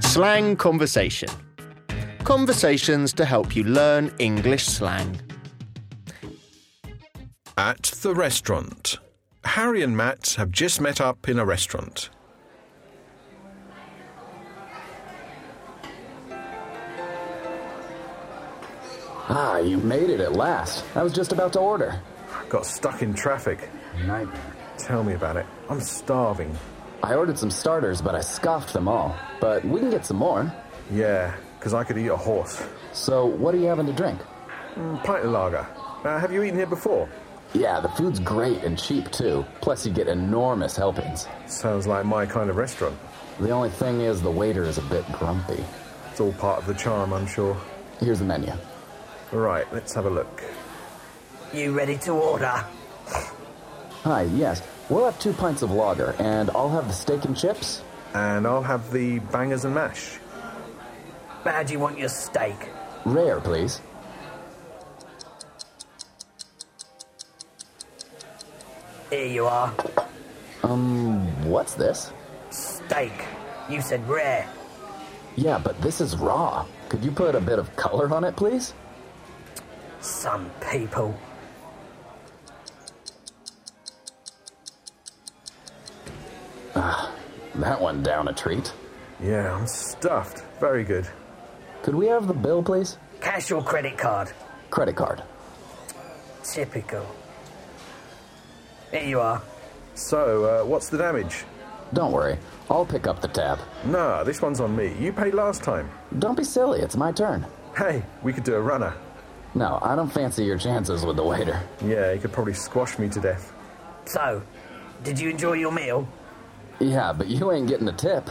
Slang Conversation Conversations to help you learn English slang. At the restaurant. Harry and Matt have just met up in a restaurant. Ah, you made it at last. I was just about to order. Got stuck in traffic. Nightmare. Tell me about it. I'm starving. I ordered some starters, but I scoffed them all. But we can get some more. Yeah, 'cause I could eat a horse. So, what are you having to drink? Mm, Pint of lager. Uh, have you eaten here before? Yeah, the food's great and cheap, too. Plus, you get enormous helpings. Sounds like my kind of restaurant. The only thing is, the waiter is a bit grumpy. It's all part of the charm, I'm sure. Here's the menu. Right, let's have a look. You ready to order? Hi, yes. We'll have two pints of lager, and I'll have the steak and chips. And I'll have the bangers and mash. How do you want your steak? Rare, please. Here you are. What's this? Steak. You said rare. Yeah, but this is raw. Could you put a bit of color on it, please? Some people. That one down a treat. Yeah, I'm stuffed. Very good. Could we have the bill, please? Cash or credit card? Credit card. Typical. Here you are. So, uh, what's the damage? Don't worry, I'll pick up the tab. Nah, this one's on me. You paid last time. Don't be silly, it's my turn. Hey, we could do a runner. No, I don't fancy your chances with the waiter. Yeah, he could probably squash me to death. So, did you enjoy your meal? Yeah, but you ain't getting a tip.